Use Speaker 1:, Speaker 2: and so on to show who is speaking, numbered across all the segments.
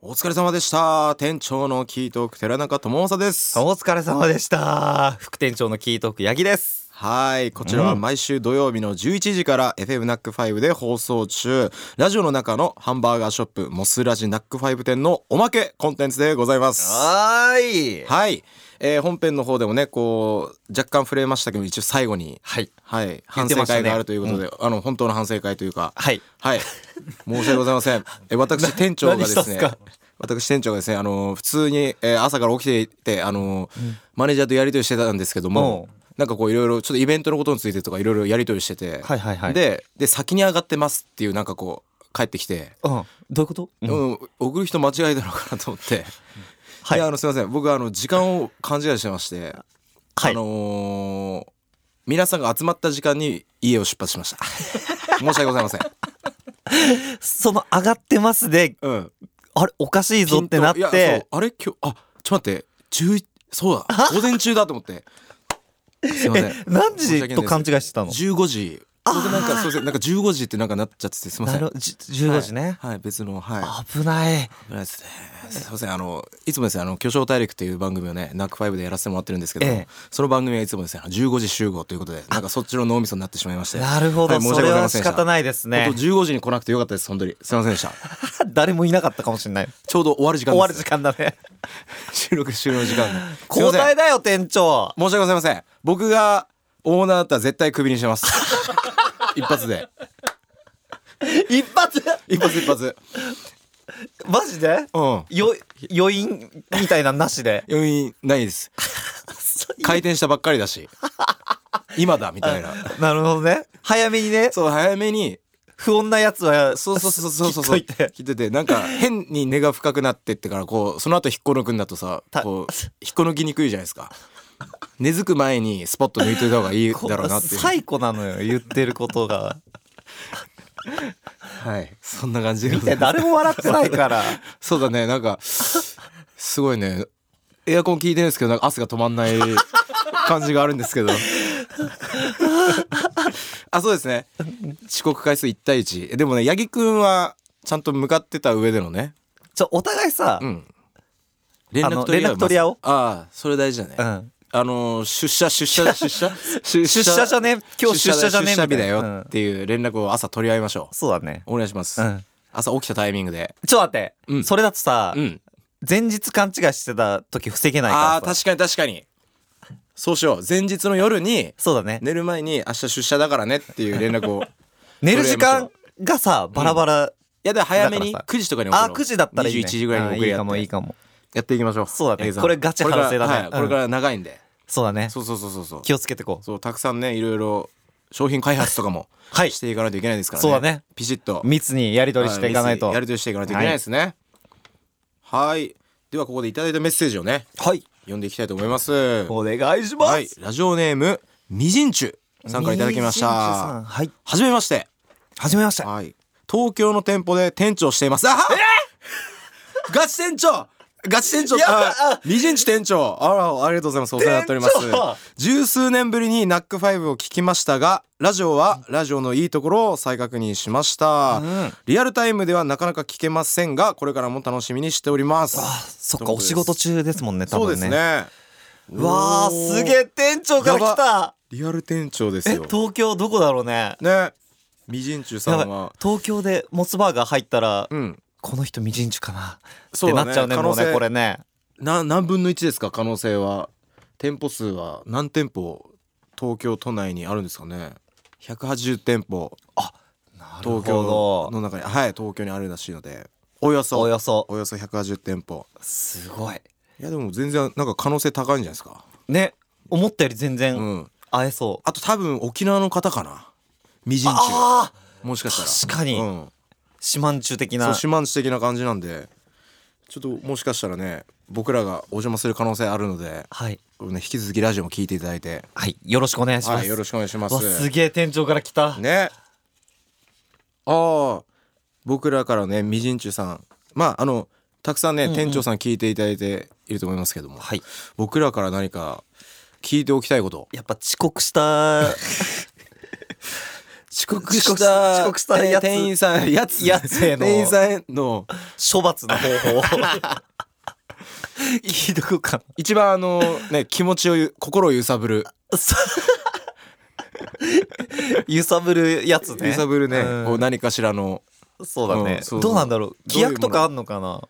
Speaker 1: お疲れ様でした店長のキートーク寺中智正です
Speaker 2: お疲れ様でした副店長のキートーク八木です
Speaker 1: はいこちらは毎週土曜日の11時から FM ナック5で放送中ラジオの中のハンバーガーショップモスラジナック5店のおまけコンテンツでございます
Speaker 2: はーい
Speaker 1: はい、えー本編の方でもねこう若干触れましたけど一応最後に
Speaker 2: はい
Speaker 1: はい
Speaker 2: 言
Speaker 1: 反
Speaker 2: って
Speaker 1: 省
Speaker 2: ましたね
Speaker 1: 会があるということで、あの本当の反省会というか
Speaker 2: はい
Speaker 1: はい、申し訳ございま せん。え私店長がですね
Speaker 2: 何したんすか、
Speaker 1: 私店長がですね、あの普通に、えー朝から起きていて、あのマネージャーとやり取りしてたんですけども
Speaker 2: おう、
Speaker 1: なんかこういろいろちょっとイベントのことについてとかいろいろやり取りしてて、
Speaker 2: はいはいはい
Speaker 1: でで先に上がってますっていうなんかこう帰ってきて、
Speaker 2: うんどういうこと、
Speaker 1: うん送る人間違いだろうかなと思って、
Speaker 2: はい
Speaker 1: であのすいません、僕はあの時間を勘違いしてまして、
Speaker 2: はい
Speaker 1: あのー皆さんが集まった時間に家を出発しました。 申し訳ございません。
Speaker 2: その上がってますで
Speaker 1: うん。
Speaker 2: あれおかしいぞってなっ
Speaker 1: ピンといやそ
Speaker 2: て
Speaker 1: うあれ今日あちょっと待って11そうだ午前中だと思ってすいません
Speaker 2: え何
Speaker 1: 申し
Speaker 2: 時
Speaker 1: 訳ないです
Speaker 2: と勘違いしてたの
Speaker 1: 15時僕なんかそうですねなんか15時ってなんかなっちゃっててすいませ
Speaker 2: なんるじ15時ね、
Speaker 1: はい、はい別のはい
Speaker 2: 危ない
Speaker 1: 危ないですねすいませんあのいつもですねあの巨匠大陸っていう番組をねナックファイブでやらせてもらってるんですけど、
Speaker 2: ええ
Speaker 1: その番組はいつもですねあの15時集合ということでなんかそっちの脳みそになってしまいまして
Speaker 2: なるほど、
Speaker 1: はい申し
Speaker 2: そ
Speaker 1: 訳ご
Speaker 2: れ
Speaker 1: ざいま
Speaker 2: は
Speaker 1: せん
Speaker 2: 仕
Speaker 1: でした
Speaker 2: 方ないですね
Speaker 1: 本当15時に来なくてよかったです本当にすいません でした
Speaker 2: 誰もいなかったかもしれない
Speaker 1: ちょうど終わる時間
Speaker 2: 終
Speaker 1: です
Speaker 2: わる時間だね
Speaker 1: 収録終了時間ですい
Speaker 2: 交
Speaker 1: ません
Speaker 2: 代だよ店長
Speaker 1: 申し訳ございません僕がオーナーだったら絶対クビにします 一発で
Speaker 2: 一発
Speaker 1: 一発一発
Speaker 2: マジで
Speaker 1: うん
Speaker 2: よ余韻みたいなのなしで
Speaker 1: 余韻ないです開店したばっかりだし今だみたい な
Speaker 2: なるほどね早めにね
Speaker 1: そう早めに
Speaker 2: 不穏なやつは
Speaker 1: そうそうそうそうそう
Speaker 2: 切っといて
Speaker 1: 切っててなんか変に根が深くなってってからこうその後引っこ抜くんだとさ
Speaker 2: た
Speaker 1: こう引っこ抜きにくいじゃないです か根付く前にスポッと抜いといた方がいいだろうなっていう
Speaker 2: 最高なのよ言ってることが
Speaker 1: はいそんな感じでご
Speaker 2: い
Speaker 1: ざい
Speaker 2: や
Speaker 1: ます
Speaker 2: 誰も笑ってないから
Speaker 1: そうだね、なんか、すごいね、エアコン効いてるんですけど、なんか汗が止まんない感じがあるんですけど。あ、そうですね。遅刻回数1対1。でもね、八木くんは、ちゃんと向かってた上でのね。
Speaker 2: ちょお互いさ、
Speaker 1: う
Speaker 2: うん
Speaker 1: ん。連
Speaker 2: あの
Speaker 1: 合う
Speaker 2: 連絡取り合おう
Speaker 1: まずああ、それ大事だね。あの、出社、出社、出社出
Speaker 2: 出社じゃね今日出社じゃね
Speaker 1: 出社日だ
Speaker 2: みたいな
Speaker 1: よ
Speaker 2: うん
Speaker 1: っていう連絡を朝取り合いましょう。
Speaker 2: そうだね
Speaker 1: お願いします。
Speaker 2: うん
Speaker 1: 朝起きたタイミングで。
Speaker 2: ちょっと待って、
Speaker 1: うん
Speaker 2: それだとさ、
Speaker 1: うん。
Speaker 2: 前日勘違いしてた時防げないから
Speaker 1: あ
Speaker 2: さ
Speaker 1: あー確かに確かにそうしよう前日の夜に
Speaker 2: そうだね
Speaker 1: 寝る前に明日出社だからねっていう連絡 をい
Speaker 2: 寝る時間がさバラバラ、
Speaker 1: やでも早めに
Speaker 2: だからさ
Speaker 1: 9時とかに送
Speaker 2: あ
Speaker 1: ろ
Speaker 2: あ
Speaker 1: う
Speaker 2: 9時だったらいい、ね、
Speaker 1: 21時ぐらいに送
Speaker 2: あー
Speaker 1: り
Speaker 2: いい
Speaker 1: や
Speaker 2: か
Speaker 1: っ
Speaker 2: も
Speaker 1: て
Speaker 2: いいかも
Speaker 1: やっていきましょう
Speaker 2: そうだね
Speaker 1: 江さん
Speaker 2: これガチ反
Speaker 1: こ
Speaker 2: 省だね
Speaker 1: れからはい
Speaker 2: うん
Speaker 1: これから長いんで
Speaker 2: そうだね
Speaker 1: そうそうそうそうそう
Speaker 2: 気をつけてこう
Speaker 1: そうたくさんねいろいろ商品開発とかも
Speaker 2: はい
Speaker 1: していかないといけないですからね
Speaker 2: そうだね
Speaker 1: ピシッと
Speaker 2: 密にやり取りしていかないと
Speaker 1: はやりとりしていかないといけないですねはいではここでいただいたメッセージをね
Speaker 2: はい
Speaker 1: 読んでいきたいと思います
Speaker 2: お願いします、
Speaker 1: はいラジオネームみじんちゅさんからいただきまし
Speaker 2: みじんちゅさ
Speaker 1: た
Speaker 2: んはい
Speaker 1: はじめまして。
Speaker 2: 始めました
Speaker 1: はい。東京の店舗で店長をしています。あはガチ店長ガチ店長
Speaker 2: や
Speaker 1: あみじんち店長あら、ありがとうございます。お世話になっております
Speaker 2: 店長。
Speaker 1: 十数年ぶりにナックファイブを聞きましたが、ラジオはラジオのいいところを再確認しました。
Speaker 2: ん
Speaker 1: リアルタイムではなかなか聞けませんが、これからも楽しみにしております。
Speaker 2: あそっ
Speaker 1: と
Speaker 2: か
Speaker 1: いう
Speaker 2: お
Speaker 1: ことです
Speaker 2: 仕事中ですもんね多
Speaker 1: そうで
Speaker 2: 分ね
Speaker 1: すね。
Speaker 2: わあ
Speaker 1: おー
Speaker 2: すげえ店長から来た
Speaker 1: リアル店長です
Speaker 2: え
Speaker 1: よ。
Speaker 2: 東京どこだろうね
Speaker 1: ね。みじんちゅさ
Speaker 2: や
Speaker 1: ん
Speaker 2: ば
Speaker 1: は。
Speaker 2: い東京でモスバーガー入ったら、
Speaker 1: うん。
Speaker 2: この人みじんちゅかなっ
Speaker 1: そう
Speaker 2: て
Speaker 1: だね
Speaker 2: なっちゃうね
Speaker 1: 可
Speaker 2: も
Speaker 1: 能
Speaker 2: う
Speaker 1: 性
Speaker 2: ねこれね
Speaker 1: な何分の1ですか可能性は店舗数は何店舗東京都内にあるんですかね180店舗
Speaker 2: なるほ
Speaker 1: 東京
Speaker 2: ど
Speaker 1: の中にはい東京にあるらしいのでおよそ
Speaker 2: およそ
Speaker 1: およそ180店舗
Speaker 2: すごい
Speaker 1: いやでも全然なんか可能性高いんじゃないですか
Speaker 2: ね思ったより全
Speaker 1: う
Speaker 2: 然
Speaker 1: ん
Speaker 2: 会えそう、
Speaker 1: あと多分沖縄の方かなみじんち
Speaker 2: ああ
Speaker 1: ゅもしかしたら
Speaker 2: 確かに
Speaker 1: うん、
Speaker 2: 島んちゅ的
Speaker 1: そ
Speaker 2: な
Speaker 1: う島んち的な感じなんでちょっともしかしたらね僕らがお邪魔する可能性あるので、
Speaker 2: はい
Speaker 1: ね、引き続きラジオも聞いていただいて
Speaker 2: はいよろしくお願いします、
Speaker 1: はいよろしくお願いします
Speaker 2: わすげえ店長から来た、
Speaker 1: ねああ僕らからねみじんちゅさんまああのたくさんね、店長さん聞いていただいていると思いますけども、
Speaker 2: はい
Speaker 1: 僕らから何 か聞いておきたいこと
Speaker 2: やっぱ遅刻した
Speaker 1: 遅刻
Speaker 2: 遅
Speaker 1: し
Speaker 2: 刻した
Speaker 1: た
Speaker 2: 遅刻したやつ
Speaker 1: 店員さんやつ
Speaker 2: やつへの
Speaker 1: 店員さんへの
Speaker 2: 処罰の方法を 聞いとこうか
Speaker 1: 一番あのね気持ちをゆ心を揺さぶる
Speaker 2: なさ揺さぶるやつね
Speaker 1: 揺さぶるね
Speaker 2: うん
Speaker 1: こう何かしらの
Speaker 2: そうだね
Speaker 1: うん、そう
Speaker 2: どうなんだろう
Speaker 1: どういう
Speaker 2: 規
Speaker 1: もの
Speaker 2: 約とかあんのかな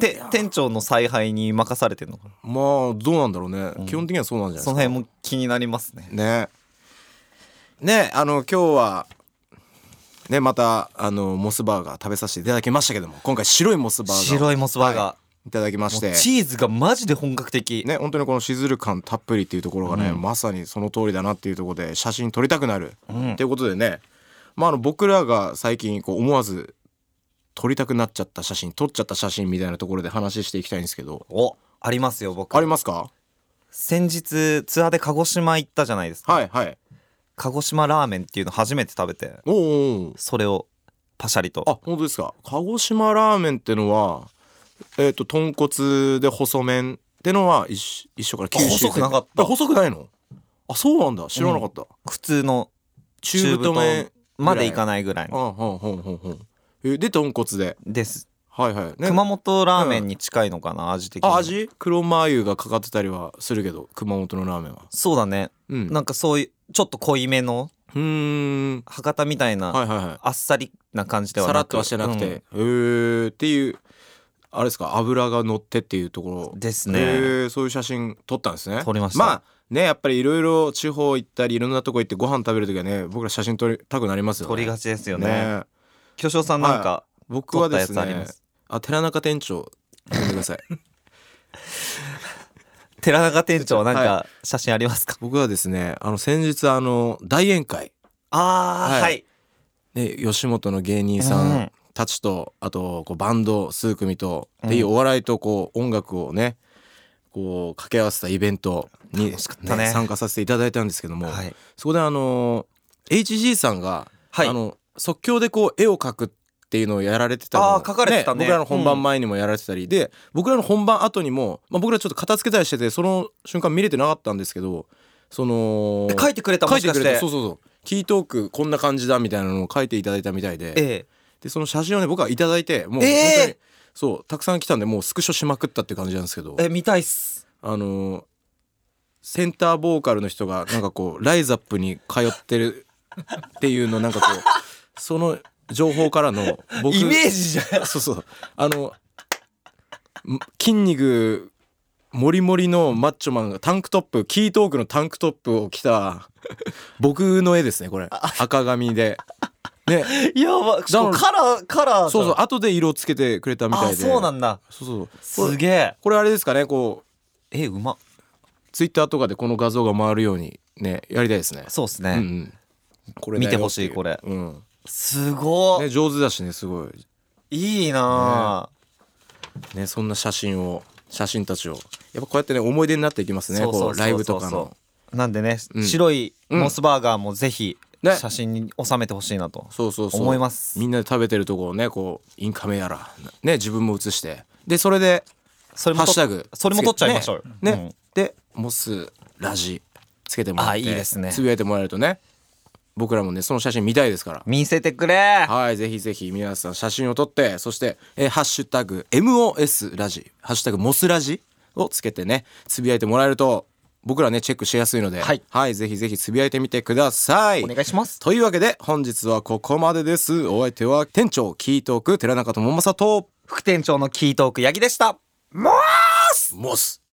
Speaker 2: て店長の采配に任されてんのかな
Speaker 1: まあどうなんだろうね、
Speaker 2: うん
Speaker 1: 基本的にはそうなんじゃ
Speaker 2: そ
Speaker 1: ない
Speaker 2: の
Speaker 1: です
Speaker 2: 辺も気になりますね
Speaker 1: かねねあの今日はねまたあのモスバーガー食べさせていただきましたけども今回白いモスバーガーを
Speaker 2: 白いモスバーガー、
Speaker 1: いただきまし
Speaker 2: も
Speaker 1: て
Speaker 2: うチーズがマジで本格的、
Speaker 1: ね本当にこのしずる感たっぷりっていうところがね、
Speaker 2: うん
Speaker 1: まさにその通りだなっていうところで写真撮りたくなる
Speaker 2: うん
Speaker 1: ということでね、まあ、あの僕らが最近こう思わず撮りたくなっちゃった写真撮っちゃった写真みたいなところで話していきたいんですけど
Speaker 2: おありますよ僕
Speaker 1: ありますか
Speaker 2: 先日ツアーで鹿児島行ったじゃないですか、
Speaker 1: はいはい
Speaker 2: 鹿児島ラーメンっていうの初めて食べて
Speaker 1: おうおうおう
Speaker 2: それをパシャリと
Speaker 1: あ本当ですか鹿児島ラーメンってのはえっ、と豚骨で細麺ってのは一緒一緒から九州
Speaker 2: 細くなかった
Speaker 1: あ細くないのあそうなんだ知らなかった、
Speaker 2: 普通の
Speaker 1: 中太麺
Speaker 2: までいかないぐらい
Speaker 1: あ
Speaker 2: の
Speaker 1: はんはんはんはんえで豚骨で
Speaker 2: です、
Speaker 1: はいはい、ね、
Speaker 2: 熊本ラーメンに近いのかな、味的に
Speaker 1: あ味黒マ油がかかってたりはするけど熊本のラーメンは
Speaker 2: そうだね
Speaker 1: うん
Speaker 2: なんかそういうちょっと濃いめの
Speaker 1: うーん
Speaker 2: 博多みたいな、
Speaker 1: はいはいは
Speaker 2: あっさりな感じ
Speaker 1: い
Speaker 2: では
Speaker 1: さら
Speaker 2: なく
Speaker 1: っとはしてなくて、へえっていうあれですか油が乗ってっていうとこ
Speaker 2: うん
Speaker 1: ろ
Speaker 2: です
Speaker 1: へ
Speaker 2: ね
Speaker 1: えそういう写真撮ったんですね
Speaker 2: 撮りました
Speaker 1: まあねやっぱりいろいろ地方行ったりいろんなとこ行ってご飯食べるときはね僕ら写真撮りたくなりますよね
Speaker 2: 取りが
Speaker 1: ち
Speaker 2: ちですよね巨匠さんなんか
Speaker 1: 僕
Speaker 2: 撮
Speaker 1: は
Speaker 2: った
Speaker 1: で
Speaker 2: や
Speaker 1: す
Speaker 2: つありま
Speaker 1: ね
Speaker 2: す
Speaker 1: あ寺中店長やめてください
Speaker 2: 寺中店長なん
Speaker 1: は
Speaker 2: か写真ありますか、
Speaker 1: 僕はですねあの先日あの大宴会
Speaker 2: あ
Speaker 1: は
Speaker 2: ー
Speaker 1: い
Speaker 2: はい、
Speaker 1: ね、吉本の芸人さ
Speaker 2: うんん
Speaker 1: たちと、あとこうバンド数組とっていうお笑いとこう音楽をねこう掛け合わせたイベントに、
Speaker 2: 楽しかったね
Speaker 1: 参加させていただいたんですけども、
Speaker 2: はい
Speaker 1: そこであの HG さんが、
Speaker 2: はい
Speaker 1: あの即興でこう絵を描くっていうのをやられてたの
Speaker 2: あー描かれてたね
Speaker 1: 僕らの本番前にもやられてたり、で僕らの本番後にも、まあ、僕らちょっと片付けたりしててその瞬間見れてなかったんですけどその
Speaker 2: え書いてくれた
Speaker 1: 書
Speaker 2: も
Speaker 1: い
Speaker 2: してか
Speaker 1: く
Speaker 2: し
Speaker 1: れ
Speaker 2: て
Speaker 1: たそうそうそうキートークこんな感じだみたいなのを書いていただいたみたいで
Speaker 2: え
Speaker 1: でその写真をね僕はいただいてもう本当に、
Speaker 2: えー
Speaker 1: そうたくさん来たんでもうスクショしまくったって感じなんですけど
Speaker 2: ええ見たいっす
Speaker 1: あのーセンターボーカルの人がなんかこう ライザップに通ってるっていうのなんかこうその情報からの僕
Speaker 2: イメージじゃん
Speaker 1: そうそうあのん筋肉もりもりのマッチョマンがタンクトップキートークのタンクトップを着た僕の絵ですねこれ赤髪で ね
Speaker 2: やばしかも
Speaker 1: だ
Speaker 2: カラーカラーだ
Speaker 1: そうそう後で色つけてくれたみたい
Speaker 2: あ
Speaker 1: で
Speaker 2: そうなんんだ
Speaker 1: そうそうこ
Speaker 2: す
Speaker 1: れ
Speaker 2: げえ
Speaker 1: これあれですかねこう
Speaker 2: えうま
Speaker 1: ツイッターとかでこの画像が回るようにねやりたいですね
Speaker 2: そうっす
Speaker 1: う
Speaker 2: ね、
Speaker 1: んうんこれだよ
Speaker 2: 見てほしいこれ
Speaker 1: っていううん
Speaker 2: すご
Speaker 1: ね上手だしねすごい
Speaker 2: いいいなあ、
Speaker 1: ねそんな写真を写真たちをやっぱこうやってね思い出になっていきますねこうライブとかの
Speaker 2: なんでね、
Speaker 1: うん
Speaker 2: 白い
Speaker 1: うん
Speaker 2: モスバーガーもぜひ
Speaker 1: ね
Speaker 2: 写真に収めてほしいなと、
Speaker 1: そうそうそう
Speaker 2: 思います
Speaker 1: みんなで食べてるとこをねこうインカメやらね自分も写してでそれで
Speaker 2: それ
Speaker 1: ハ
Speaker 2: も
Speaker 1: ッシュタ
Speaker 2: と
Speaker 1: グ
Speaker 2: それも撮っちゃいましょうよ
Speaker 1: ね
Speaker 2: うん
Speaker 1: ねでモスラジつけてもらって
Speaker 2: あいいですね
Speaker 1: つぶやいてもらえるとね僕らもねその写真見たいですから
Speaker 2: 見せてくれ
Speaker 1: はいぜひぜひ皆さん写真を撮ってそして「えーハッシュタグ #MOS ラジ」「ハッシュタグモスラジ」をつけてねつぶやいてもらえると僕らねチェックしやすいので、
Speaker 2: はい
Speaker 1: ぜひぜひつぶやいてみてください
Speaker 2: お願いします
Speaker 1: というわけで本日はここまでですお相手は店長キートーク寺中智正と
Speaker 2: 副店長のキートーク八木でした
Speaker 1: モス